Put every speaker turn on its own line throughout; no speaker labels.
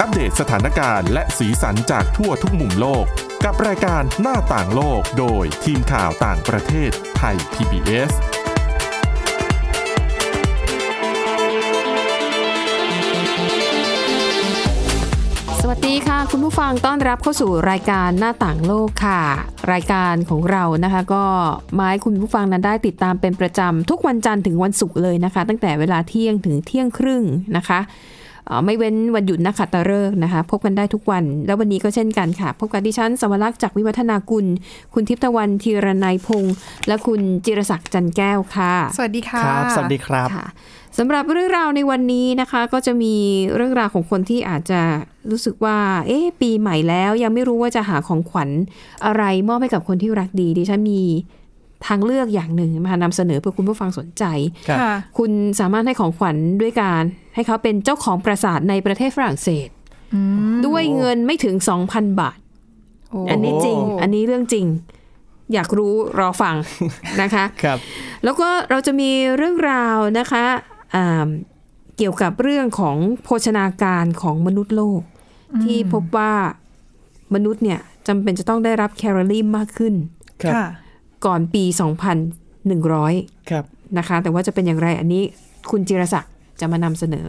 อัปเดตสถานการณ์และสีสันจากทั่วทุกมุมโลก กับรายการหน้าต่างโลกโดยทีมข่าวต่างประเทศไทย PBS
สวัสดีค่ะ คุณผู้ฟังต้อนรับเข้าสู่รายการหน้าต่างโลกค่ะ รายการของเรานะคะ ก็มาให้คุณผู้ฟังนั้นได้ติดตามเป็นประจำทุกวันจันทร์ถึงวันศุกร์เลยนะคะ ตั้งแต่เวลาเที่ยงถึงเที่ยงครึ่งนะคะเอ่อไม่เว้นวันหยุดนักขัตฤกษ์นะคะ พบกันได้ทุกวัน แล้ววันนี้ก็เช่นกันค่ะ พบกับดิฉันสวรักษ์จากวิวัฒนากุล คุณทิพย์ตะวันธีรนัยพงษ์และคุณจิรศักดิ์จันแก้วค่ะ
สวัสดีค่ะ
ครับ สวัสดีครับ
ค่ะสำหรับเรื่องราวในวันนี้นะคะ ก็จะมีเรื่องราวของคนที่อาจจะรู้สึกว่า เอ๊ะปีใหม่แล้ว ยังไม่รู้ว่าจะหาของขวัญอะไรมอบให้กับคนที่รักดีดิฉันมีทางเลือกอย่างหนึ่งมานำเสนอเพื่อคุณผู้ฟังสนใจ
ครับ
ค่ะ
คุณสามารถให้ของขวัญด้วยการ ให้เขาเป็นเจ้าของปราสาทในประเทศฝรั่งเศส ด้วยเงินไม่ถึง 2,000 บาท
โอ้
อันนี้จริง อันนี้เรื่องจริง อยากรู้รอฟังนะคะ
ครับ
แล้วก็เราจะมีเรื่องราวนะคะอ่าเกี่ยวกับเรื่องของโภชนาการของมนุษย์โลก ที่พบว่ามนุษย์เนี่ยจำเป็นจะต้องได้รับแคลอรี่มากขึ้น
ครับ
ค่ะ
ก่อนปี 2,100
ครับ
นะคะ แต่ว่าจะเป็นอย่างไรอันนี้คุณจิรศักดิ์จะมานำเสนอ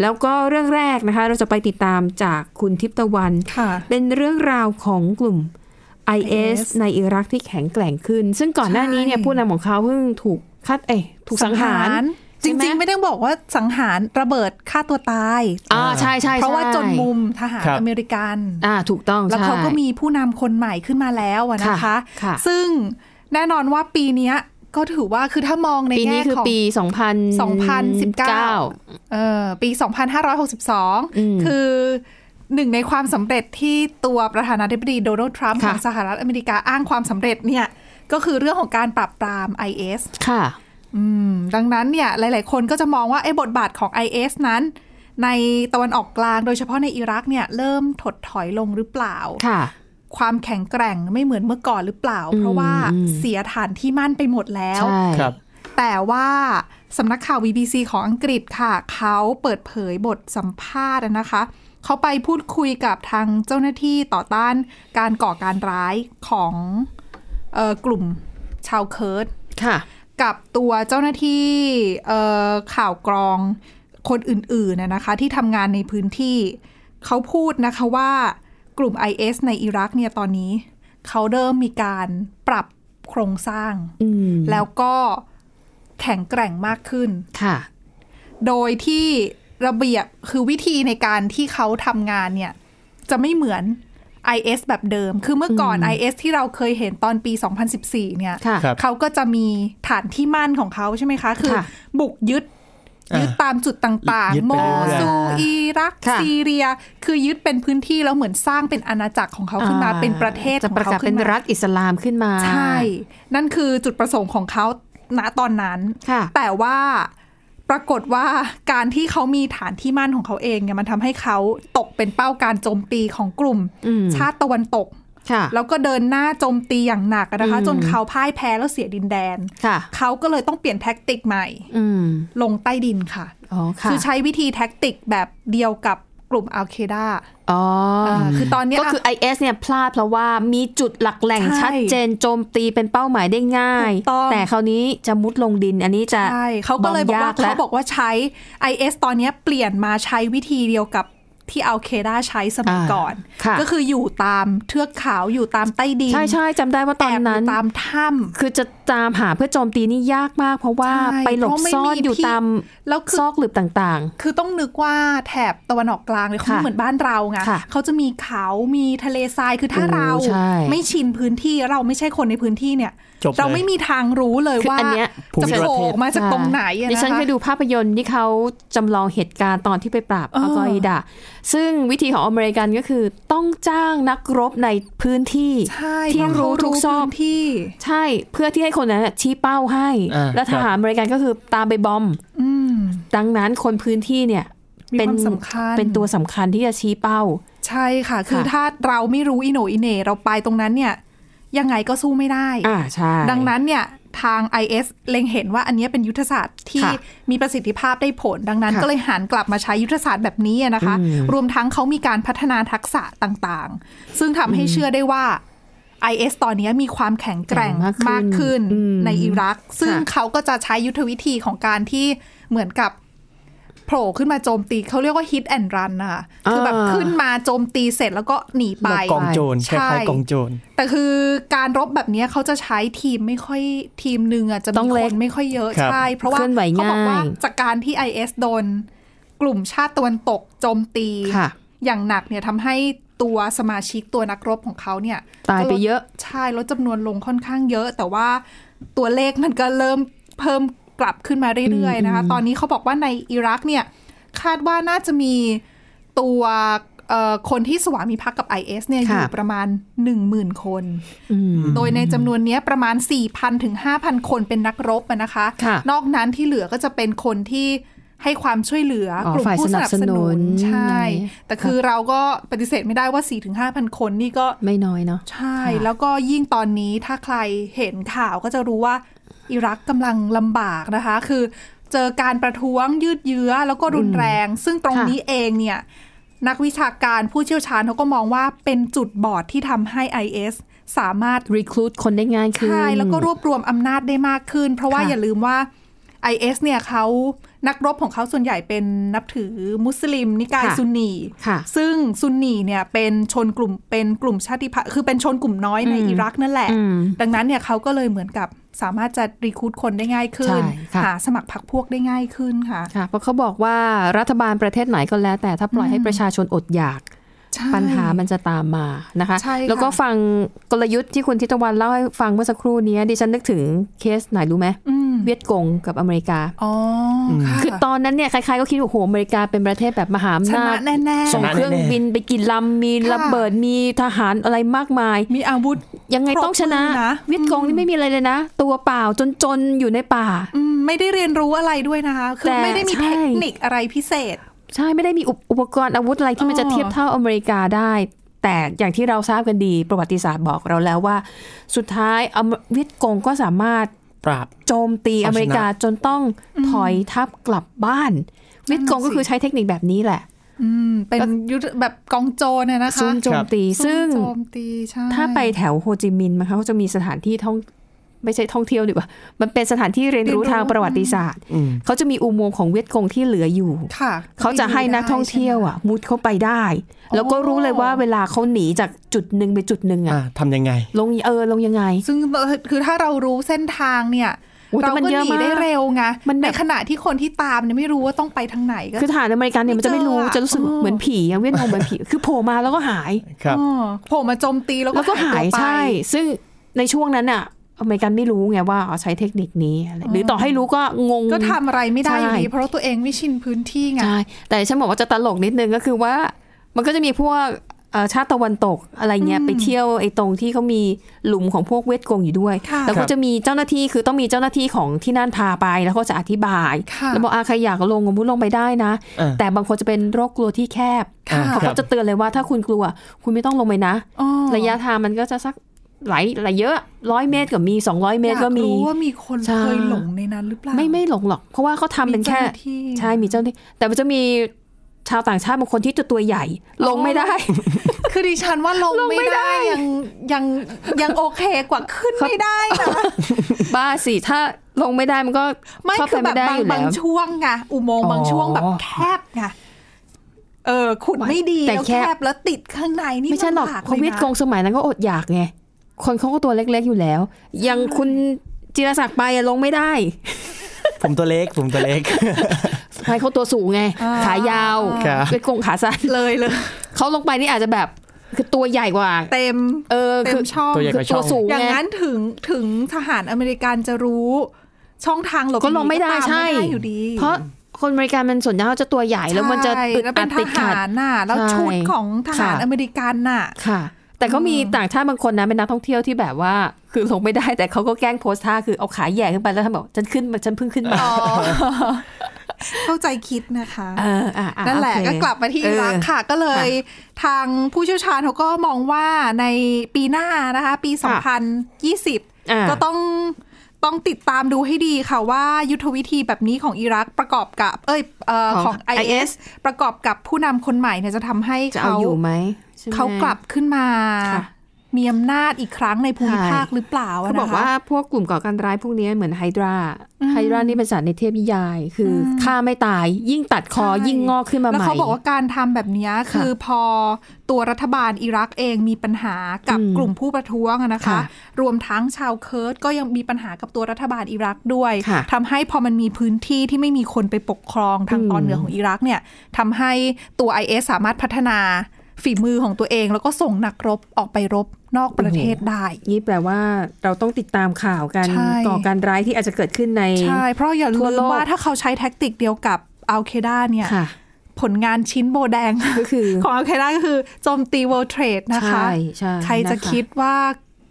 แล้วก็เรื่องแรกนะคะ เราจะไปติดตามจากคุณทิพย์ตะวัน
ค่ะ
เป็นเรื่องราวของกลุ่ม IS
IS
ในอิรักที่แข็งแกร่งขึ้น ซึ่งก่อนหน้านี้เนี่ย
ใช่
ผู้นำของเขาเพิ่งถูกคัดเอยถูกสังหาร ใช่
จ
ไหม
ริง ๆ ไม่ต้องบอกว่าสังหารระเบิดฆ่าตัวตาย
อ่าใช่ใช่
เพราะว่าจนมุมทหาร
ครับ
อเมริกัน
อ่าถูกต้อง
แล้วเขา
ใช่
ก็มีผู้นำคนใหม่ขึ้นมาแล้วอะนะคะ
ค่ะค่ะ
ซึ่งแน่นอนว่าปีเนี้ยก็ถือว่าคือถ้ามองใน
ปีนี้
แง่
คือ
ของ
ปี 2019
2019 เออปี
อืม
2562 คือหนึ่งในความสำเร็จที่ตัวประธานาธิบดีโดนัลด์ทรัมป์
ค่ะ
ของสหรัฐอเมริกาอ้างความสำเร็จเนี่ย ก็คือเรื่องของการปรับปราม IS
ค่ะ
อืมดังนั้นเนี่ยหลาย ๆ คนก็จะมองว่าไอ้บทบาทของ IS นั้น ในตะวันออกกลางโดยเฉพาะในอิรักเนี่ยเริ่มถดถอยลงหรือเปล่า
ค่ะ
ความแข็งแกร่งไม่เหมือนเมื่อก่อนหรือเปล่า เพราะว่า
อืม
เสียฐานที่มั่นไปหมดแล้ว
ใช่
ครับ
แต่ว่าสำนักข่าว BBC ของอังกฤษค่ะ เขาเปิดเผยบทสัมภาษณ์นะคะ เขาไปพูดคุยกับทางเจ้าหน้าที่ต่อต้านการก่อการร้ายของเออกลุ่มชาวเคิร์ด
ค่ะ
กับตัวเจ้าหน้าที่เอ่อข่าวกรองคนอื่นๆนะนะคะ ที่ทำงานในพื้นที่ เขาพูดนะคะว่ากลุ่ม IS ในอิรักเนี่ยตอนนี้ เขาเริ่มมีการปรับโครงสร้าง
อืม
แล้วก็แข็งแกร่งมากขึ้น
ค่ะ
โดยที่ระเบียบคือวิธีในการที่เขาทำงานเนี่ย จะไม่เหมือน IS แบบเดิม คือเมื่อก่อน IS ที่เราเคยเห็นตอนปี 2014 เนี่ย
ค่ะ
ครับ
เขาก็จะมีฐานที่มั่นของเขาใช่ไหมคะ คือ
ค่ะ
บุกยึด
อ่ายึ
ยึดตามจุดต่าง
ยึด
ๆ โม
ไปเรื่อยๆ
ซูอิรัก
ค่ะ
ซีเรีย คือยึดเป็นพื้นที่แล้วเหมือนสร้างเป็นอาณาจักรของเขาขึ้นมา เป็นประเทศ
จะ
ของ
ประ
เขา
กาศเป็
ขึ้
น
นมา
รัฐอิสลามขึ้นมา
ใช่ นั่นคือจุดประสงค์ของเขาณตอนนั้น
ค่ะ
แต่ว่าปรากฏว่าการที่เขามีฐานที่มั่นของเขาเองเนี่ยมันทำให้เขาตกเป็นเป้าการโจมตีของกลุ่ม
อืม
ชาติตะวันตก
ค่ะ
แล้วก็เดินหน้าโจมตีอย่างหนักอะนะคะ
อืม
จนเขาพ่ายแพ้แล้วเสียดินแดน
ค่ะ
เขาก็เลยต้องเปลี่ยนแท็กติกใหม่
อืม
ลงใต้ดินค่ะ
อ๋อค่ะ
คือใช้วิธีแท็กติกแบบเดียวกับกลุ่มอัลเคดา
อ๋ออ
คือตอนเนี้ย
ก็คือ IS เนี่ยพลาดเพราะว่ามีจุดหลักแหล่ง
ใช่
ชัดเจนโจมตีเป็นเป้าหมายได้ง่าย
ถูกต้อง
แต่คราวนี้จะมุดลงดินอันนี้จะ
ใช่เขาก็เลยบอกว่า
แล้
เขาบอกว่าใช้ IS ตอนเนี้ยเปลี่ยนมาใช้วิธีเดียวกับที่อัลเคดาใช้สมัยก่อน
ค่ะ
ก็คืออยู่ตามเทือกเขาอยู่ตามใต้ดิน
ใช่ใช่จำได้ว่าต
แอ
อน
บอ
นั้น
ยู่ตามถ้ำ
คือจะตามหาเพื่อโจมตีนี่ยากมาก เพราะว่า
ใช่
ไปหลบ
เพราะไม่
ซ่อน
มี
อยู่
ที่
ตาม
แล้วคือ
ซอกหลืบต่าง
คือต้องนึกว่าแถบตะวันออกกลางเนี่ยเขา
ค่ะ
ไม่เหมือนบ้านเราไง
ค่ะ
เขาจะมีเขามีทะเลทรายคือถ้า
โอ้
เรา
ใช่
ไม่ชินพื้นที่เราไม่ใช่คนในพื้นที่เนี่ย
จบเลย
เราไม่มีทางรู้เลย
คือ
ว่า
อันเนี้ย
ภูมิ
จะโผล่อ
ประเทศ
อกมาจากตรงไหนอะ
ดิ
นะ
ฉัน
คะ
เคยดูภาพยนตร์ที่เขาจำลองเหตุการณ์ตอนที่ไปปราบ
เออ
อัลกออิดะซึ่งวิธีของอเมริกันก็คือต้องจ้างนักรบในพื้นที่
ใช่
ที่
เพาะ
รู้
เขา
ทุกซอก
พื้นที่
ใช่เพื่อที่ให้คนนั้นน่ะชี้เป้าให้
อ่า
แล้วทหารอเมริกันก็คือตามไปบอม
อืม
ดังนั้นคนพื้นที่เนี่ย
มี
เป็น
ความสำคัญ
เป็นตัวสำคัญที่จะชี้เป้า
ใช่ค่ะ คือ
ค่ะ
ถ้าเราไม่รู้อิโหนอิเหนเราไปตรงนั้นเนี่ย ยังไงก็สู้ไม่ได้
อ่าใช่
ดังนั้นเนี่ย ทาง IS เล็งเห็นว่าอันเนี้ยเป็นยุทธศาสตร์ที่
ค่ะ
มีประสิทธิภาพได้ผลดังนั้น
ค่ะ
ก็เลยหันกลับมาใช้ยุทธศาสตร์แบบนี้อะนะคะ
อืม
รวมทั้งเขามีการพัฒนาทักษะต่างๆ ซึ่งทำให้เชื่อได้ว่า IS ตอนเนี้ยมีความแข็งแกร่ง
แข็งมากขึ้น
มากขึ้น
อืม
ในอิรัก ซึ่ง
ค่ะ
เขาก็จะใช้ยุทธวิธีของการที่เหมือนกับ โผล่ขึ้นมาโจมตีเขาเรียกว่า hit and run นะคะคือแบบ
อ่า
ขึ้นมาโจมตีเสร็จแล้วก็หนีไป
แบบกองโจรค
ใช่
ล้ายๆกองโจร
แต่คือการรบแบบเนี้ยเขาจะใช้ทีมไม่ค่อยทีมหนึ่งอ่ะจะ
ต้
มี
อง
ค
เล็ก
นไม่ค่อยเยอะ
ครับ
ใช่เพราะว่า
เคลื่อนไหว
เขาบอกว่า
ง่าย
จากการที่ IS โดนกลุ่มชาติตะวันตกโจมตี
ค่ะ
อย่างหนักเนี่ยทำให้ตัวสมาชิกตัวนักรบของเขาเนี่ย
ตายไปเยอะ
ก็ลดใช่ลดจำนวนลงค่อนข้างเยอะ แต่ว่าตัวเลขมันก็เริ่มเพิ่มกลับขึ้นมาเรื่อยๆนะคะตอนนี้เขาบอกว่าในอิรักเนี่ยคาดว่าน่าจะมีตัวเอ่อคนที่สวามิภักดิ์กับ IS เนี่ยอยู่
ค่ะ
ประมาณ 10,000 คน
อืม
โดยในจำนวนเนี้ยประมาณ 4,000ถึง5,000 คนเป็นนักรบอะนะคะ
ค่ะ
นอกนั้นที่เหลือก็จะเป็นคนที่ให้ความช่วยเหลือ
อ๋อก
ลุ่ม
ฝ่าย
ผู้
สนับสนุน
ใช่
ไหน
แต่คือเราก็ปฏิเสธไม่ได้ว่า 4-5ถึงพันคนนี่ก็
ไม่น้อยเนาะ
ใช่ แล้วก็ยิ่งตอนนี้ถ้าใครเห็นข่าวก็จะรู้ว่า อิรักกำลังลำบากนะคะ คือเจอการประท้วงยืดเยื้อแล้วก็รุนแรง ซึ่งตรง
ค่ะ
นี้เองเนี่ยนักวิชาการผู้เชี่ยวชาญเขาก็มองว่าเป็นจุดบอดที่ทำให้ IS สามารถ
รีค u ู t คนได้ง่ายขึ้น
ใช่ แล้วก็รวบรวมอำนาจได้มากขึ้น เพราะว่า
ค่ะ
อย่าลืมว่า IS เนี่ยเขานักรบของเขาส่วนใหญ่เป็นนับถือมุสลิม นิกายซุนนี
ค่ะ
ซึ่งซุนนีเนี่ยเป็นชนกลุ่มเป็นกลุ่มชาติพันธุ์คือเป็นชนกลุ่มน้อยในอิรักนั่นแหละ
อืม
ดังนั้นเนี่ยเขาก็เลยเหมือนกับสามารถจะรีคูดคนได้ง่ายขึ้น
ใช่ค่ะ
หาสมัครพรรคพวกได้ง่ายขึ้นค่ะ
ค่ะ เพราะเขาบอกว่ารัฐบาลประเทศไหนก็แล้ว แต่ถ้าปล่อยให้ประชาชนอดอยาก
ใช่
ปัญหามันจะตามมานะคะ
ใช่ค่ะ
แล้วก็ฟังกลยุทธ์ที่คุณทิตวันเล่าให้ฟังเมื่อสักครู่นี้ดิฉันนึกถึงเคสไหนรู้ไหม
อืม
เวียดกงกับอเมริกา
อ๋อค่ะ
คือตอนนั้นเนี่ยใครๆก็คิดว่าโอ้โหอเมริกาเป็นประเทศแบบมหาอำ
ช
นา
นะ
จ
แน่
ช
ส่ง
นะ
เครื่อง
แน่ๆ
บินไปกี่ลำมี
ค่ะ
ระเบิดมีทหารอะไรมากมาย
ๆ มีอาวุธ
ยังไงต้องชนะ
ครบมือนะ
เวียดกงนี่ไม่มีอะไรเลยนะ ตัวเปล่าจนๆ อยู่ในป่า
อืมไม่ได้เรียนรู้อะไรด้วยนะคะ คือ
แต่
ไม่ได้มี
ใช่
เทคนิคอะไรพิเศษ
ใช่ไม่ได้มีอุปอุปกรณ์อาวุธอะไรที่มันจะเทียบเท่าอเมริกาได้ แต่อย่างที่เราทราบกันดีประวัติศาสตร์บอกเราแล้วว่า สุดท้ายอเมเวียดกงก็สามารถ
ปราบ
โจมตี
เอาช
อ
นะ
เมริกาจนต้องถอยทัพกลับบ้าน เวียดกงก็คือใช้เทคนิคแบบนี้แหละ
อืม เป็นยุทธแบบกองโจรนะนะคะ
ซุ่มโจมตี
ซุ่
ซึ่ง
มโจมตีใช่
ถ้าไปแถวโฮจิมินห์มันเขาจะมีสถานที่ท่องไม่ใช่ท่องเที่ยวดีกว่า มันเป็นสถานที่เรียนรู้ทางประวัติศาสตร์
อืม
เขาจะมีอุโมงค์ของเวียดกงที่เหลืออยู่
ค่ะ
เขาจะให้นักท่องเที่ยว
ใช่ไ
อ่ะ มุดเข้าไปได้
อ๋อ
แล้วก็รู้เลยว่าเวลาเขาหนีจากจุดหนึ่งไปจุดหนึ่งอ่ะ
อ่าทำยังไง
ลงเออลงยังไง
หมซึ่งเอ่อคือถ้าเรารู้เส้นทางเนี่ย
โอ้ยแต่
เรา
มัน
ก็
เยอะ
หนี
มาก
ได้เร็วไง
มันแบบ
ในขณะที่คนที่ตามเนี่ยไม่รู้ว่าต้องไปทางไหนก็
คือฐานอเมริกันเนี่ย
ไม่
มันจะไม่รู้
เจออะ
จะรู้สึก
เออ
เหมือนผีอะเวียดนามเหมือนผี คือโผล่มาแล้วก็หาย
ครับ
อ๋อโผล่มาโจมตีแล้ว
แล้วก็
ก็
หาย
ตัวไป
ใช่ ซึ่งในช่วงนั้นอ่ะ อเมริกันไม่รู้ไงว่าอ๋อใช้เทคนิคนี้อะไรหรือต่อให้รู้ก็งง
ก็ทำอะไรไม่ได้อยู่
ใช่
ดีเพราะตัวเองไม่ชินพื้นที่ไง
ใช่แต่ฉันบอกว่าจะตลกนิดนึงก็คือว่า มันก็จะมีพวกเอ่อชาติตะวันตกอะไรเงี้ยไปเที่ยวไอ้ตรงที่เขามีหลุมของพวกเวทกงอยู่ด้วย
ค่ะ
แล้วก็จะมีเจ้าหน้าที่คือต้องมีเจ้าหน้าที่ของที่นั่นพาไปแล้วก็จะอธิบาย
ค่ะ
แล้วบอกอาใครอยากลงก็มุดลงไปได้นะ
อ่า
แต่บางคนจะเป็นโรคกลัวที่แคบ
ค่ะ
เขาก็จะเตือนเลยว่าถ้าคุณกลัว คุณไม่ต้องลงไปนะ
อ๋อ
ระยะทางมันก็จะสักหลายหลายเยอะร้อยเมตรก็มี 200 เมตรก็มี
อยารู้ว่ามีคน
ใช่
เคยหลงในนั้นหรือเปล่า
ไม่ไม่หลงหรอก เพราะว่าเขาทำเป็นแค่
มีจ้าหาที่
ใช่มีเจ้าหน้าที่แต่มันจะมีชาวต่างชาติบางคนที่จะตัวใหญ่ลงไม่ได้
คือดิฉันว่าลงไม่ได้ยังยังยังโอเคกว่าขึ้นไม่ได้นะ
บ้าสิถ้าลงไม่ได้มันก็
ไม่
เข้า
คื
ไป
อ
ไม่
แบบ
ได้
บา
อง ยู่แล้
บาง
ว
ช่วงไงอุโมงค์บางช่วงแบบแคบไงเออขุดไม่ดีแล้วแคบแล้วติดข้างในนี่
ไม่ใช่หรอก
ลำบา
เขาเวียด
ลนะ
กงสมัยนั้นก็อดอยากไงคนเขาก็ตัวเล็กๆอยู่แล้ว ยังคุณจิรศักดิ์ไปอะลงไม่ได้
ผมตัวเล็ก ผมตัวเล็ก
ใครเขาตัวสูงไง ขายาว
ครับ
เวียดกงขาสั้น
เลยเลย
เขาลงไปนี่อาจจะแบบคือตัวใหญ่กว่า
เต็ม
เออ
เต็
คื
ม
อ
ช่อง
ตัวใหญ่
คือตัวสูง
อย่าง
ไง
นั้นถึงถึงทหารอเมริกันจะรู้ ช่องทางหลบ
ก็ลงไม่ได้
หนีก็ตา
ใช่
ไม่ได้อยู่ดี
เพราะคนบริการมันส่วนใหญ่เขาจะตัวใหญ่แล้วมันจะ
ใช่
อึด
แล้
อั
วเป็
ด
นท
ติดขั
หา
ด
รน่ะแล้ว
ใช่
ชุดของทหาร
ค่ะ
อเมริกันน่ะ
ค่ะ แต่ก็มีต่างชาติบางคนนะเป็นนักท่องเที่ยวที่แบบว่า คือลงไม่ได้แต่เขาก็แกล้งโพสท่าคือเอาขาแหย่ขึ้นไปแล้วทำแบบฉันขึ้นมาฉันเพิ่งขึ้นมา
เข้าใจคิดนะคะ
เอออ่ะอ่
นั่นแหละ
โอเค
ก็กลับมาที่
เอ
อิ
อ
รักค่ะ ก็เลยทางผู้เชี่ยวชาญเขาก็มองว่าในปีหน้านะคะ ปี
ค่ะ
2020
อ่ะ
ก็ต้อง ต้องติดตามดูให้ดีค่ะว่ายุทธวิธีแบบนี้ของอิรักประกอบกับ เอ้ยเอ่อ
ข
ข
อ
อง ง
IS
IS ประกอบกับผู้นำคนใหม่เนี่ยจะทำให้
จะเอา
เขา
อยู่ไหมใช่ไหม
เขากลับขึ้นมา
ค่ะ
มีอำนาจอีกครั้งในภูมิ
ใช่
ภาคหรือเปล่าะ
เขา
นะคะ
บอกว่าพวกกลุ่มก่อการร้ายพวกนี้เหมือนไฮดราไฮดรานี่เป็นสัตว์ในเทพนิยาย คืออฆ่าไม่ตาย ยิ่งตัดคอ
ใช่
ยิ่งงอกขึ้นมาให
แล้ว
ม่
เขาบอกว่าการทำแบบเนี้ยคือพอตัวรัฐบาลอิรักเองมีปัญหากับ
อืม
กลุ่มผู้ประท้วงอะนะคะ
ค่ะ
รวมทั้งชาวเคิร์ดก็ยังมีปัญหากับตัวรัฐบาลอิรักด้วย
ค่ะ
ทำให้พอมันมีพื้นที่ที่ไม่มีคนไปปกครองทาง
อืม
ตอนเหนือของอิรักเนี่ยทำให้ตัว IS สามารถพัฒนาฝีมือของตัวเอง แล้วก็ส่งนักรบออกไปรบนอกประเทศได้
นี่แปลว่าเราต้องติดตามข่าวการ
ใช่
ก่อการร้ายที่อาจจะเกิดขึ้นใน
ใช่ เพราะอย่า
ทั่
ลื
ว
ม
โลก
ว่าถ้าเขาใช้แท็กติกเดียวกับอัลเคดาเนี่ย
ค่ะ
ผลงานชิ้นโบแดง
ก็คือ
ของอัลไ e ด้าก็คือโจมตี World Trade นะคะ
ใช่ใช่
ใครจะ
นะคะ
คิดว่า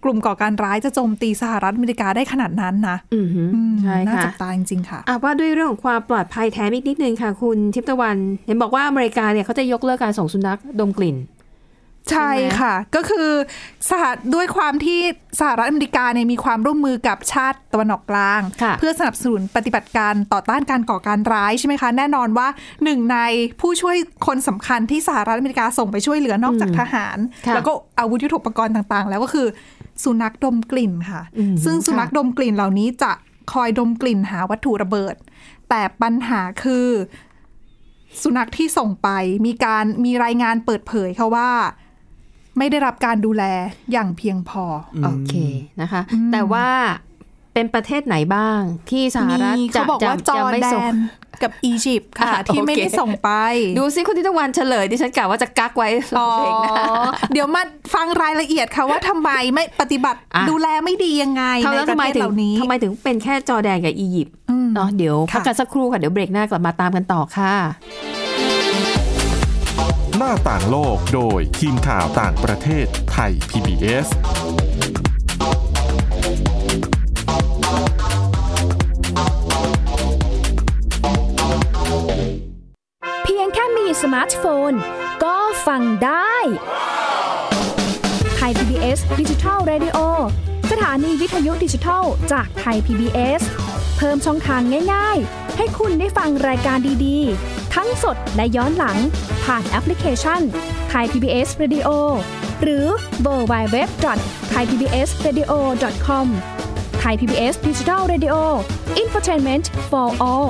กลุ่มก่อการร้ายจะโจมตีสหรัฐอเมริกาได้ขนาดนั้นนะ
อือหือ
อืม
ใช่
น่า
ค่ะ
จับตาจริงๆค่ะ
อ่ะว่าด้วยเรื่องของความปลอดภัยแถมอีกนิดนึงค่ะ คุณทิพย์ตะวัน เห็นบอกว่าอเมริกาเนี่ยเขาจะยกเลิกการส่งสุนัขดมกลิ่น
ใช่ค่ะ ก็คือสหด้วยความที่สหรัฐอเมริกาเนี่ยมีความร่วมมือกับชาติตะวันออกกลาง
ค่ะ
เพื่อสนับสนุนปฏิบัติการต่อต้านการก่อการร้ายใช่ไหมคะ แน่นอนว่าหนึ่งในผู้ช่วยคนสำคัญที่สหรัฐอเมริกาส่งไปช่วยเหลือนอกจากทหาร
ค่ะ
แล้วก็อาวุธยุทโธปกรณ์ต่างๆ แล้วก็คือสุนัขดมกลิ่นค่ะ
อืม
ซึ่งสุนัข
ค่ะ
ดมกลิ่นเหล่านี้จะคอยดมกลิ่นหาวัตถุระเบิด แต่ปัญหาคือ สุนัขที่ส่งไปมีการมีรายงานเปิดเผยค่ะว่า ไม่ได้รับการดูแลอย่างเพียงพอ
โอเคนะคะ แต่ว่าเป็นประเทศไหนบ้างที่สหรัฐ
มี
จะ
เขาบอกว่าจ
จะ
อร์
ไม่
แด
ส่ง
นกับอียิปต์ค่ะ
อ่ะ
ที่ไม่
โอเค
ได้ส่งไป
ดูซิคุณทิพย์ตะวันเฉลยดิฉันกะว่าจะกักไว้ล
อ๋
อ
อง
เพลงนะ
เดี๋ยวมาฟังรายละเอียดค่ะว่าทำไมไม่ปฏิบัติ
อ่ะ
ดูแลไม่ดียังไง
เขา
ใน
แล้ว
ป
ทำ
ระ
ไม
เทศ
ถึง
เหล่านี้
ทำไมถึงเป็นแค่จอร์แดนกับอียิปต์เนาะเดี๋ยวพัก
ค่ะ
กันสักครู่ค่ะ เดี๋ยวเบรกหน้ากลับมาตามกันต่อค่ะ
หน้าต่างโลกโดยทีมข่าวต่างประเทศไทย PBS
เพียงแค่มีสมาร์ทโฟน ก็ฟังได้ไทย PBS ดิจิทัล Radio สถานีวิทยุดิจิทัลจากไทย PBS เพิ่มช่องทางง่าย ๆ ให้คุณได้ฟังรายการดีๆ ทั้งสดและย้อนหลัง ผ่านแอปพลิเคชันไทย PBS Radio หรือเวอร์ไบเว็บไทยพีบีเอสเรดิโอคอมไทยพีบีเอสดิจิทัลเรดิโออินฟอร์ทนเมนต์ for all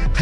ให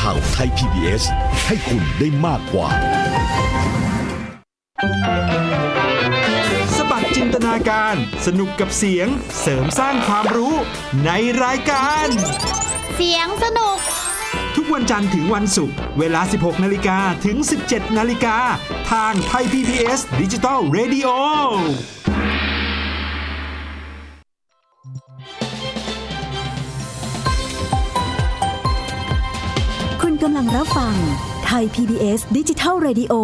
ข่าวไทย PBS ให้คุณได้มากกว่า
สบัดจินตนาการ สนุกกับเสียง เสริมสร้างความรู้ในรายการ
เสียงสนุก
ทุกวันจันทร์ถึงวันศุกร์เวลา 16 นาฬิกาถึง 17 นาฬิกา ทางไทย PPS ดิจิตอล Radio
คุณกำลังรับฟังไทย PBS ดิจิทัล Radio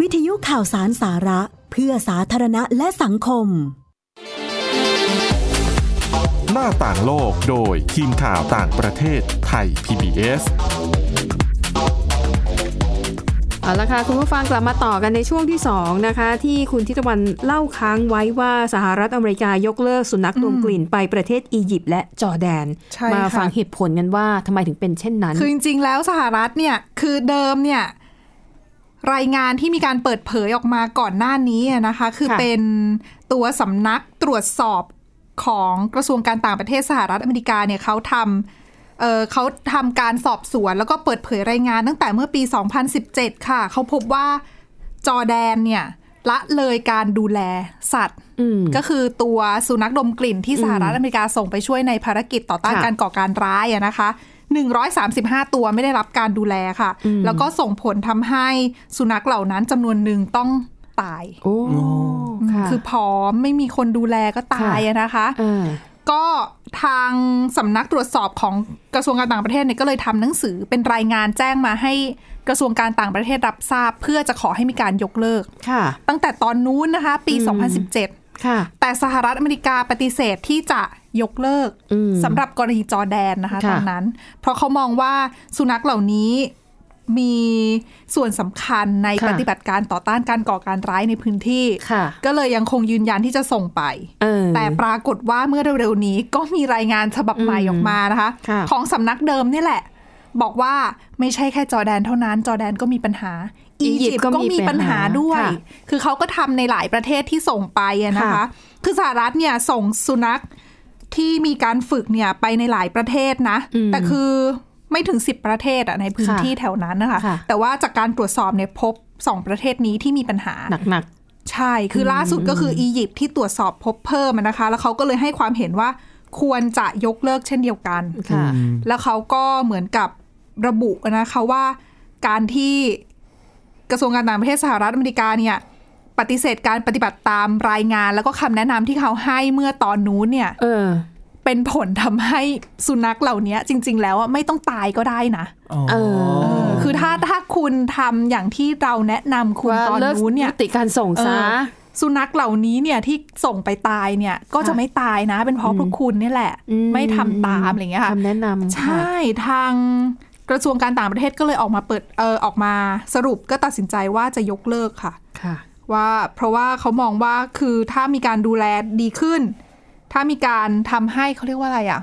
วิทยุข่าวสารสาระ เพื่อสาธารณะและสังคม
หน้าต่างโลกโดยทีมข่าวต่างประเทศไทย PBS
เอาละค่ะ คุณผู้ฟังกลับมาต่อกันในช่วงที่ 2 นะคะ ที่คุณทิตวันเล่าค้างไว้ว่าสหรัฐอเมริกายกเลิกสุนัขดมกลิ่นไปประเทศอียิปต์และจอร์แดน
ใช่
มา
ค่ะ
ฟังเหตุผลกันว่าทำไมถึงเป็นเช่นนั้น
คือจริงๆ แล้วสหรัฐเนี่ย คือเดิมเนี่ย รายงานที่มีการเปิดเผยออกมาก่อนหน้านี้อะนะคะ คือ
ค่ะ
เป็นตัวสำนักตรวจสอบของกระทรวงการต่างประเทศสหรัฐอเมริกาเนี่ยเขาทำเอ่อเขาทำการสอบสวน แล้วก็เปิดเผยรายงานตั้งแต่เมื่อปี 2017 ค่ะ เขาพบว่าจอร์แดนเนี่ย ละเลยการดูแลสัตว์
ม
ก็คือตัวสุนัขดมกลิ่นที่สหรัฐอเมริกาส่งไปช่วยในภารกิจต่อต้าน
ค่ะ
การก่อการร้ายอะนะคะ 135 ตัวไม่ได้รับการดูแลค่ะ แล้วก็ส่งผลทำให้สุนัขเหล่านั้นจำนวนหนึ่งต้อง ตาย
โอ้ค่ะ
คือผอมไม่มีคนดูแลก็ตายอะนะคะ
อ่า
ก็ทางสำนักตรวจสอบของกระทรวงการต่างประเทศเนี่ยก็เลยทำหนังสือเป็นรายงานแจ้งมาให้กระทรวงการต่างประเทศรับทราบ เพื่อจะขอให้มีการยกเลิก
ค่ะ
ตั้งแต่ตอนนู้นนะคะ ปี 2017
ค่ะ
แต่สหรัฐอเมริกาปฏิเสธที่จะยกเลิก
อืม
สำหรับกรณีจอร์แดนนะคะ
ค่ะ
ตอนนั้น เพราะเขามองว่าสุนัขเหล่านี้มีส่วนสำคัญในปฏิบัติการต่อต้านการก่อการร้ายในพื้นที่
ค่ะ
ก็เลยยังคงยืนยันที่จะส่งไป
เออ
แต่ปรากฏว่าเมื่อเร็วๆนี้ก็มีรายงานฉบับใหม่ออกมานะคะ
ค่ะ
ของสำนักเดิมนี่แหละ บอกว่าไม่ใช่แค่จอร์แดนเท่านั้นจอร์แดนก็มีปัญหา อียิปต์ก็มีปัญหาด้วย
ค่ะ
คือเขาก็ทำในหลายประเทศที่ส่งไปอะนะคะ
ค่ะ
คือสหรัฐเนี่ยส่งสุนัขที่มีการฝึกเนี่ยไปในหลายประเทศนะ
อืม
แต่คือไม่ถึง 10 ประเทศอะในพื้น
ค่ะ
ที่แถวนั้นนะคะ
ค่ะ
แต่ว่าจากการตรวจสอบเนี่ยพบสองประเทศนี้ที่มีปัญหา
หนักหนัก
ใช่ คืออล่าสุดก็คืออียิปต์ที่ตรวจสอบพบเพิ่มอะนะคะ แล้วเขาก็เลยให้ความเห็นว่าควรจะยกเลิกเช่นเดียวกัน
ค่ะ
แล้วเขาก็เหมือนกับระบุนะคะว่าการที่กระทรวงการต่างประเทศสหรัฐอเมริกาเนี่ยปฏิเสธการปฏิบัติตามรายงาน แล้วก็คำแนะนำที่เขาให้เมื่อตอนนู้นเนี่ย
เออ
เป็นผลทำให้สุนัขเหล่านี้จริง ๆ แล้วอะไม่ต้องตายก็ได้นะ
อ๋อ
เออ
เออคือถ้าถ้าคุณทำอย่างที่เราแนะนำคุณ
ว่า
ตอน
เลิก
นู้นเนี่ย
ยุติการส่งซะ
เออสุนัขเหล่านี้เนี่ยที่ส่งไปตายเนี่ยก็จะไม่ตายนะ เป็นเพราะพวกคุณนี่แหละ
อืม
ไม่ทำตามอะไรอย่างเงี้ยค่ะ
คำแนะนำ
ใช
ค่ะ
่ทางกระทรวงการต่างประเทศก็เลยออกมาเปิดเออออกมาสรุปก็ตัดสินใจว่าจะยกเลิกค่ะ
ค่ะ
ว่าเพราะว่าเขามองว่าคือถ้ามีการดูแลดีขึ้น ถ้ามีการทำให้เขาเรียกว่าอะไรอะ่ะ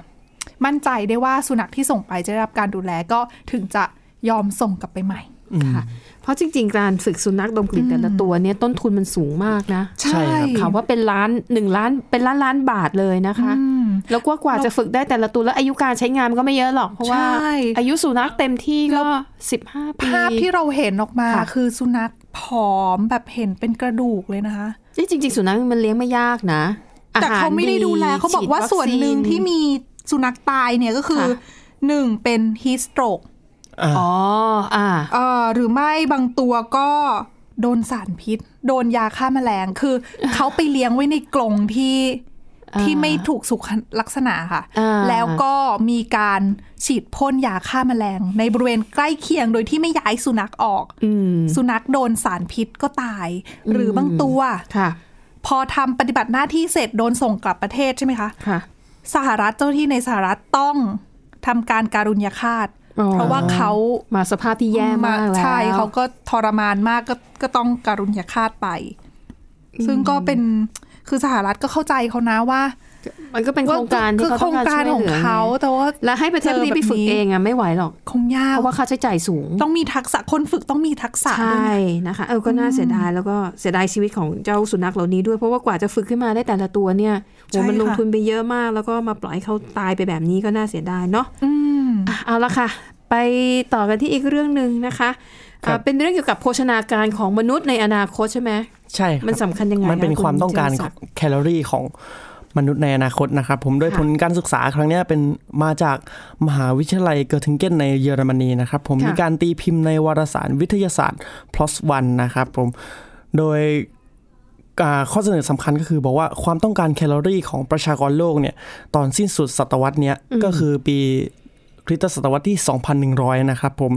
มั่นใจได้ว่าสุนัขที่ส่งไปจะได้รับการดูแลก็ถึงจะยอมส่งกลับไปใหม่
อืม
ค่ะ เพราะจริง ๆ การฝึกสุนัขดมกลิ่นแต่ละตัวเนี่ยต้นทุนมันสูงมากนะ
ใช่ครับ
ข่าวว่าเป็นล้านหนึ่งล้านเป็นล้านล้านบาทเลยนะคะ
อืม
แล้วก็กว่าจะฝึกได้แต่ละตัวแล้วอายุการใช้งานมันก็ไม่เยอะหรอก เพราะว่า
ใช่
อายุสุนัขเต็มที่ก็สิบห้าปี
ภาพที่เราเห็นออกมา
ค่ะ
คือสุนัขผอมแบบเห็นเป็นกระดูกเลยนะคะ
นี่จริง ๆ สุนัขมันเลี้ยงไม่ยากนะ
แต่เขาไม่ได้ดูแลเขาบอกว่าส่วนหนึ่งที่มีสุนัขตายเนี่ยก็คือหนึ่งเป็นฮีสโตรก
อ่า
อ๋ออ่า
เอ่อหรือไม่บางตัวก็โดนสารพิษ โดนยาฆ่าแมลงคือ เขาไปเลี้ยงไว้ในกรงที่
อ่า
ที่ไม่ถูกสุขลักษณะค่ะ
อ่า
แล้วก็มีการฉีดพ่นยาฆ่าแมลง ในบริเวณใกล้เคียงโดยที่ไม่ย้ายสุนัขออก
อืม
สุนัขโดนสารพิษก็ตาย
อืม
หรือบางตัว
ค่ะ
พอทำปฏิบัติหน้าที่เสร็จโดนส่งกลับประเทศใช่ไหมคะ
ค่ะ
สหรัฐเจ้าหน้าที่ในสหรัฐต้องทำการการุญยฆาต
อ๋อ
เพราะว่าเขา
มาสภาพที่แย่มากแล้ว
ใช่เขาก็ทรมานมากก็ก็ต้องการุญยฆาตไป ซึ่งก็เป็นคือสหรัฐก็เข้าใจเขานะว่า
มันก็เป็นโครงการที่
คือ
เขา
โคร
ต้อง
ง
การ
การ
ช่วย
ขอ
เห
ง
ลือ
เขาแต่ว่า
แล้วให้ประเทศนี้ไปฝึก
เจอแบบ
เอ
นี้
งอะไม่ไหวหรอก
คงยาก
เพราะว่าค่าใช้จ่ายสูง
ต้องมีทักษะคนฝึกต้องมีทักษะด้วย
ใช่
นะ
นะคะ เออ ก็น่าเสียดาย แล้วก็เสียดายชีวิตของเจ้าสุนัขเหล่านี้ด้วย เพราะว่ากว่าจะฝึกขึ้นมาได้แต่ละตัวเนี่ยโห
ใช่
มันลง
ค่ะ
ทุนไปเยอะมาก แล้วก็มาปล่อยให้เขาตายไปแบบนี้ก็น่าเสียดายเนาะ
อืม
อ่ะเอาละค่ะ ไปต่อกันที่อีกเรื่องหนึ่งนะคะ
ครับ
อ่ะเป็นเรื่องเกี่ยวกับโภชนาการของมนุษย์ในอนาคตใช่ไหม
ใช่รับ
มันสำคัญยังไง
มันเป็น
นะคุณ
ความต้องการ
จิร
ข
ศั
อก ง
ดิ์
แคลอรี่ของมนุษย์ในอนาคตนะครับ ผมโดย
ค่ะ
ผลการศึกษาครั้งเนี้ยเป็นมาจากมหาวิทยาลัยเกอร์ทิงเกนในเยอรมนีนะครับ ผมมีการตีพิมพ์ในวารสารวิทยาศาสตร์ plus one นะครับผมโดยอ่าข้อเสนอสำคัญก็คือบอกว่าความต้องการแคลอรี่ของประชากรโลกเนี่ยตอนสิ้นสุดศตวรรษเนี้ยก็คือปีคริสตศตวรรษที่ 2,100 นะครับผม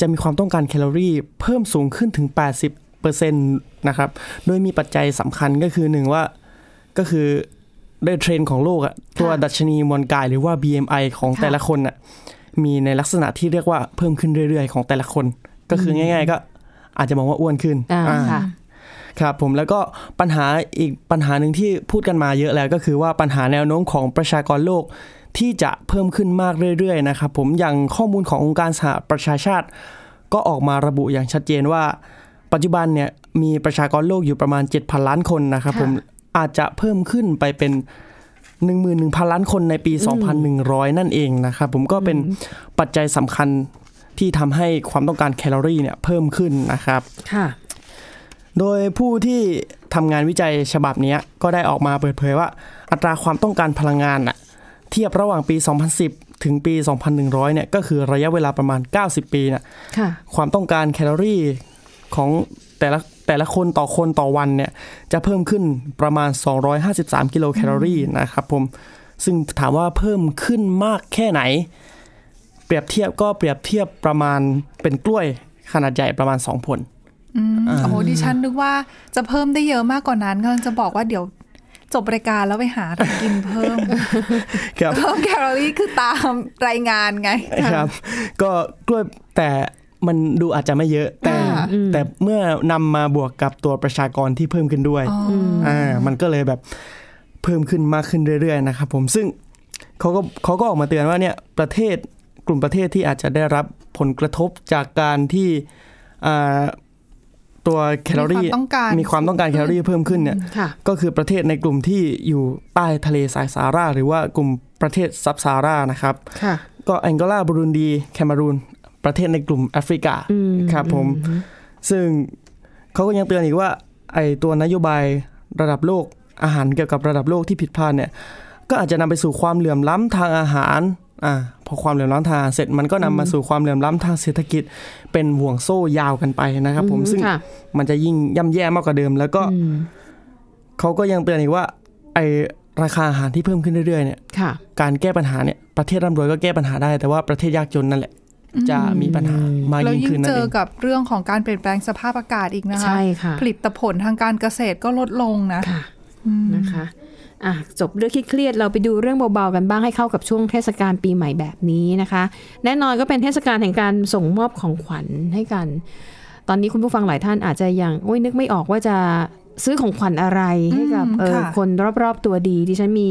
จะมีความต้องการแคลอรี่เพิ่มสูงขึ้นถึง 80%นะครับโดยมีปัจจัยสำคัญก็คือหนึ่งว่าก็คือได้เทรนด์ของโลกอะตัวดัชนีมวลกายหรือว่า BMI ของแต่ละคนอะ มีในลักษณะที่เรียกว่าเพิ่มขึ้นเรื่อยๆ ของแต่ละคน ก็คือง่าย ๆ ก็อาจจะมองว่าอ้วนขึ้น
อ่า
อ่า
ค่ะ
ครับผมแล้วก็ปัญหาอีกปัญหาหนึ่งที่พูดกันมาเยอะแล้วก็คือว่าปัญหาแนวโน้มของประชากรโลกที่จะเพิ่มขึ้นมากเรื่อยๆนะครับผมอย่างข้อมูลขององค์การสหประชาชาติ ก็ออกมาระบุอย่างชัดเจนว่า ปัจจุบันเนี่ยมีประชากรโลกอยู่ประมาณ 7,000 ล้านคนนะครับผมอาจจะเพิ่มขึ้นไปเป็น 11,000 ล้านคนในปี 2,100 นั่นเองนะครับผมก็เป็นปัจจัยสำคัญที่ทำให้ความต้องการแคลอรี่เนี่ยเพิ่มขึ้นนะครับ
ค่ะ
โดยผู้ที่ทำงานวิจัยฉบับเนี้ยก็ได้ออกมาเปิดเผยว่า อัตราความต้องการพลังงานน่ะเทียบระหว่างปี 2010 ถึงปี 2100 เนี่ยก็คือระยะเวลาประมาณ 90 ปีน่ะ
ค่ะ
ความต้องการแคลอรี่ของแต่ละ แต่ละคนต่อคนต่อวันเนี่ยจะเพิ่มขึ้นประมาณ 253 กิโลแคลอรี่นะครับผมซึ่งถามว่าเพิ่มขึ้นมากแค่ไหน เปรียบเทียบก็เปรียบเทียบประมาณเป็นกล้วยขนาดใหญ่ประมาณ 2 ผล
อืม
อ่า
โอ้โหดิฉันนึกว่าจะเพิ่มได้เยอะมากกว่านั้นกำลังจะบอกว่าเดี๋ยวจบรายการแล้วไปหาอะไรกินเพิ่ ม
ครับ
เพิ่มแคลอรี่คือตามรายงานไง
ครับ ก็กล้วยแต่มันดูอาจจะไม่เยอะแต่ แต่เมื่อนำมาบวกกับตัวประชากรที่เพิ่มขึ้นด้วย
อ๋ออื
อ่ามันก็เลยแบบเพิ่มขึ้นมากขึ้นเรื่อยๆนะครับผมซึ่งเขาก็เขาก็ออกมาเตือนว่าเนี่ยประเทศกลุ่มประเทศที่อาจจะได้รับผลกระทบจากการที่อ่าตัวแคลอรี่
มีความต้องการ
มีความต้องการแคลอรี่เพิ่มขึ้นเนี่ย
ค่ะ
ก็คือประเทศในกลุ่มที่อยู่ใต้ทะเลสายซาฮารา หรือว่ากลุ่มประเทศซับซาฮารานะครับ
ค่ะ
ก็แองโกลาบรุนดี แคมารูน ประเทศในกลุ่มแอฟริกาครับผม ซึ่งเขาก็ยังเตือนอีกว่าไอตัวนโยบายระดับโลกอาหารเกี่ยวกับระดับโลกที่ผิดพลาดเนี่ย ก็อาจจะนำไปสู่ความเหลื่อมล้ำทางอาหาร อ่า พอความเหลื่อมล้ำทางอาหารเสร็จมันก็นำมาสู่ความเหลื่อมล้ำทางเศรษฐกิจ เป็นห่วงโซ่ยาวกันไปนะครับ ผม
อืม
ซึ่ง
ค่ะ
มันจะยิ่งย่ำแย่มากกว่าเดิม แล้วก็เขาก็ยังเตือนอีกว่า ไอราคาอาหารที่เพิ่มขึ้นเรื่อยๆเนี่ย
ค่ะ
การแก้ปัญหาเนี่ยประเทศร่ำรวยก็แก้ปัญหาได้ แต่ว่าประเทศยากจนนั่นแหละ จะมีปัญหามาก
แล้ว
ยิ่ง
ยิ่
ขึ้
ง
นนั่
เจ
นเอ
อง กับเรื่องของการเปลี่ยนแปลงสภาพอากาศอีกนะคะ
ใช่ค่ะ
ผลิตผลทางการเกษตรก็ลดลงนะ
ค่ะนะคะอ่ะจบเรื่องเครียดๆเราไปดูเรื่องเบาๆกันบ้างให้เข้ากับช่วงเทศกาลปีใหม่แบบนี้นะคะ แน่นอนก็เป็นเทศกาลแห่งการส่งมอบของขวัญให้กัน ตอนนี้คุณผู้ฟังหลายท่านอาจจะยังโอ้ยนึกไม่ออกว่าจะซื้อของขวัญอะไรให้กับ
อืม
เออ
ค่ะ
คนรอบๆตัวดีดิฉันมี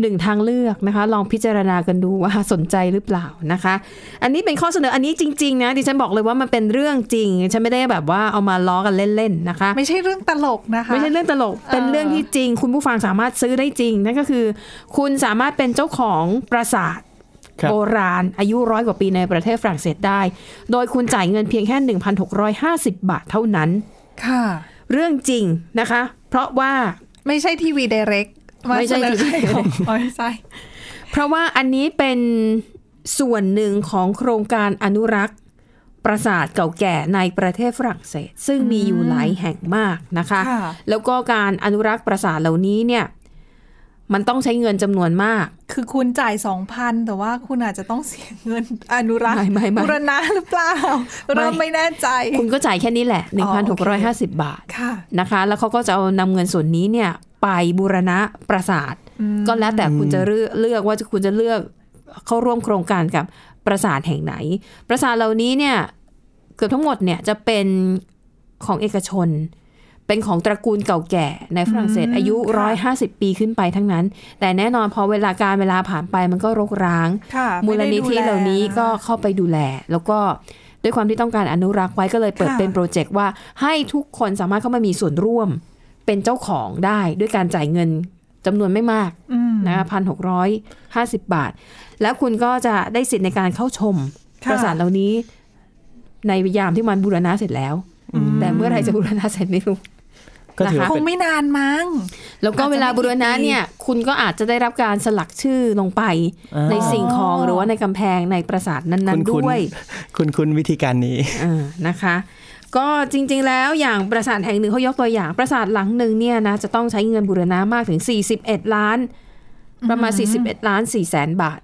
หนึ่งทางเลือกนะคะ ลองพิจารณากันดูว่าสนใจหรือเปล่านะคะ อันนี้เป็นข้อเสนออันนี้จริง ๆ นะดิฉันบอกเลยว่ามันเป็นเรื่องจริงฉันไม่ได้แบบว่าเอามาล้อกันเล่นๆนะคะ
ไม่ใช่เรื่องตลกนะคะ
ไม่ใช่เรื่องตลก เป็นเรื่องที่จริง คุณผู้ฟังสามารถซื้อได้จริง นั่นก็คือ คุณสามารถเป็นเจ้าของปราสาท
ครับ
โบราณ อายุร้อยกว่าปีในประเทศฝรั่งเศสได้ โดยคุณจ่ายเงินเพียงแค่ 1,650 บาทเท่านั้น
ค่ะ
เรื่องจริงนะคะ เพราะว่า
ไม่ใช่ทีวีเดเร็ก
ไม่ใช่ TV
ไม่ใช่
เพราะว่าอันนี้เป็นส่วนหนึ่งของโครงการอนุรักษ์ ปราสาทเก่าแก่ในประเทศฝรั่งเศส ซึ่งมีอยู่หลายแห่งมากนะคะ
ค่ะ
แล้วก็การอนุรักษ์ปราสาทเหล่านี้เนี่ยมันต้องใช้เงินจำนวนมาก
คือคุณจ่ายสองพันแต่ว่าคุณอาจจะต้องเสียเงินอนุรักษ์
ไม่ไม่ไม่
บูรณะหรือเปล่า เรา
ไม่
ไม่แน่ใจ
คุณก็จ่ายแค่นี้แหละ
อ๋อโอเค
1,650 บาท
ค่ะ
นะคะ แล้วเขาก็จะเอานำเงินส่วนนี้เนี่ยไปบูรณะปราสาท ก็แล้วแต่คุณจะเลือกเลือกว่าจะคุณจะเลือกเข้าร่วมโครงการกับปราสาทแห่งไหน ปราสาทเหล่านี้เนี่ยเกือบทั้งหมดเนี่ยจะเป็นของเอกชน เป็นของตระกูลเก่าแก่ในฝรั่งเศสอายุ
ค่ะ
150 ปีขึ้นไปทั้งนั้น แต่แน่นอนพอเวลาการเวลาผ่านไปมันก็รกร้าง
ค่ะ
มู
ไ
ลนิธิ
ได้ดูแ
เหล่านี้ก็เข้าไปดูแล แล้วก็ด้วยความที่ต้องการอนุรักษ์ไว้ก็เลยเปิด
ค่ะ
เป็นโปรเจกต์ว่าให้ทุกคนสามารถเข้ามามีส่วนร่วม เป็นเจ้าของได้ด้วยการจ่ายเงินจำนวนไม่มาก
อืม
นะคะพันหกร้อยห้าสิบบาท แล้วคุณก็จะได้สิทธิ์ในการเข้าชม
ค่ะ
ปราสาทเหล่านี้ในยามที่มันบูรณะเสร็จแล้ว แต่เมื่อไหรจะบูรณะเสร็จไม่รู้
ก็ถือว่า
คง
เป็น
ไม่นานมั้ง
แล้วก็
อาจจะ
เวลาบูรณะ
ไม่กี่ปี
เนี่ยคุณก็อาจจะได้รับการสลักชื่อลงไป
อ่า
ในสิ่งของหรือว่าในกำแพงในปราสาทนั้น ๆ
คุ้น
ด้วย
ๆคุณคุณวิธีการนี้
อ่านะคะ ก็จริงๆแล้วอย่างปราสาทแห่งหนึ่งเขายกตัวอย่าง ปราสาทหลังหนึ่งเนี่ยนะจะต้องใช้เงินบูรณะมากถึง 41 ล้าน ประมาณ 41 ล้าน4แสนบาท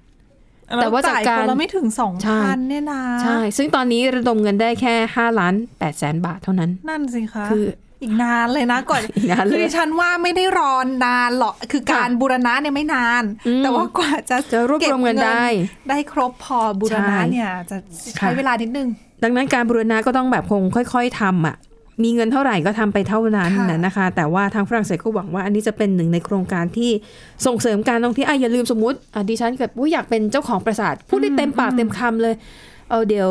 แต่ว่าจากการ
เจ่ยคนละไม่ถึงสอง
ใช่
พันเนี่ยนะ
ใช่ ซึ่งตอนนี้ระดมเงินได้แค่ 5 ล้าน8แสนบาทเท่านั้น
นั่นสิคะ
คือ
อีกนานเลยนะก่อน
อีกนานเลย
คือดิฉันว่าไม่ได้รอนนานหรอกคือการบูรณะเนี่ยไม่นาน
อืม
แต่ว่ากว่าจะ
จะรวบรวมเงิน
ก็บ
ได้
ได้ครบพอบูรณะ
ใช่
เนี่ยจะใช้
ค่ะ
เวลานิดนึง
ดังนั้นการบูรณะก็ต้องแบบคงค่อย ๆทำอ่ะ มีเงินเท่าไหร่ก็ทำไปเท่านั้น
ค่ะ
นะนะคะ แต่ว่าทางฝรั่งเศสก็หวังว่าอันนี้จะเป็นหนึ่งในโครงการที่ส่งเสริมการท่องเที่ยวอ่ะอย่าลืมสมมติอ่ะดิฉันเกิดอุ๊ยอยากเป็นเจ้าของปราสาทพูดได้เต็มปากเต็มคำเลย เอาเดี๋ยว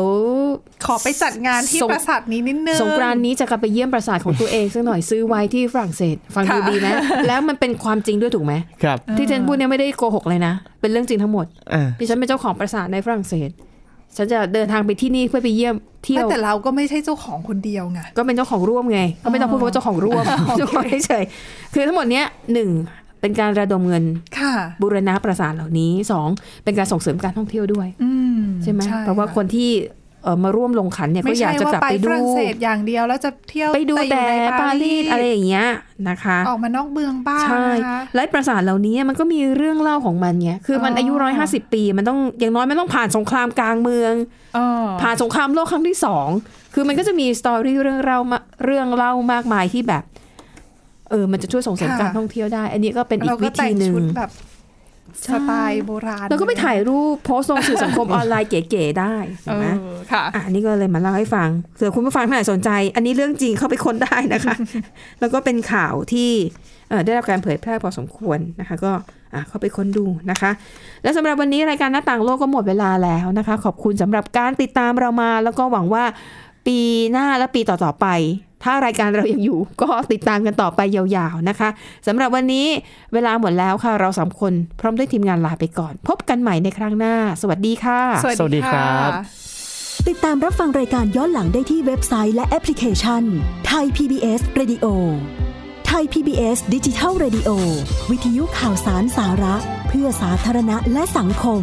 ขอไปจัดงานที่
สง
ปราสาทนี้นิดนึง
สงกรานต์นี้จะกลับไปเยี่ยมปราสาทของตัวเองสักหน่อยซื้อไว้ที่ฝรั่งเศส ฟังดู
ค่ะ
ดีไหมแล้วมันเป็นความจริงด้วยถูกไหม
ครับ
ที่เจนพูดเนี่ยไม่ได้โกหกเลยนะ เป็นเรื่องจริงทั้งหมด
อ่า
ดิฉันเป็นเจ้าของปราสาทในฝรั่งเศส ฉันจะเดินทางไปที่นี่เพื่อไปเยี่ยมเที่ยว
แต่เราก็ไม่ใช่เจ้าของคนเดียวไง
ก็เป็นเจ้าของร่วมไง ก็ไม่ต้องพูดว่าเจ้าของร่ วมเจ้าของเฉยๆคือทั้งหมดเนี้ยหนึ่งเป็นการระดมเงิน
ค่ะ
บูรณะปราสาทเหล่านี้สองเป็นการส่งเสริมการท่องเที่ยวด้วย
อืม
ใช่ไหมเพราะว่าคนที่ เอ่อมาร่วมลงขันเนี่ยก็อยากจะกลับไปดู
ม่ใช่ว่าฝรั่งเศสอย่างเดียวแล้วจะเที่ยว
ไปดูแต่
อยู่ใน
ปารีสอะไรอย่างเงี้ยนะคะ
ออกมานอกเมืองบ้าง
ใช่
นะคะ
และประสาทเหล่านี้มันก็มีเรื่องเล่าของมันไงคือมัน
อ๋ออ
อายุร้อยห้าสิบปี มันต้องอย่างน้อยมันต้องผ่านสงครามกลางเมือง
เออ
ผ่านสงครามโลกครั้งที่สอง คือมันก็จะมีสตอรี่เรื่องเล่ามาเรื่องเล่ามากมายที่แบบ เออ มันจะช่วยส่งเสริม
ค่ะ
การท่องเที่ยวได้ อันนี้ก็เป็นอี
เรา
ก
ก็
วิธี
แต่ง
หนึ่ง
ชุดแบบ
ใช่
สไตล์โบราณ
แล้วก็ไปถ่ายรูปโพสต์ลงสื่อสังคมออนไลน์เก๋ๆได้
เอ
เห็นไหม
อค่ะ
อ่ะอันนี้ก็เลยมาเล่าให้ฟังเผื่อคุณผู้ฟังท่านไหนสนใจ อันนี้เรื่องจริงเข้าไปค้นได้นะคะ แล้วก็เป็นข่าวที่เอ่อได้รับการเผยแพร่พอสมควรนะคะ ก็อ่ะเข้าไปค้นดูนะคะ และสำหรับวันนี้รายการหน้าต่างโลกก็หมดเวลาแล้วนะคะ ขอบคุณสำหรับการติดตามเรามา แล้วก็หวังว่าปีหน้าและปีต่อๆไป ถ้ารายการเรายังอยู่ ก็ติดตามกันต่อไปยาวๆนะคะสำหรับวันนี้เวลาหมดแล้วค่ะ เราสามคนพร้อมด้วยทีมงานลาไปก่อน พบกันใหม่ในครั้งหน้า สวัสดีค่ะ
สวัสดีครับ
ติดตามรับฟังรายการย้อนหลังได้ที่เว็บไซต์และแอปพลิเคชันไทย PBS Radio ไทย PBS ดิจิทัล Radio วิทยุข่าวสารสาระ เพื่อสาธารณะและสังคม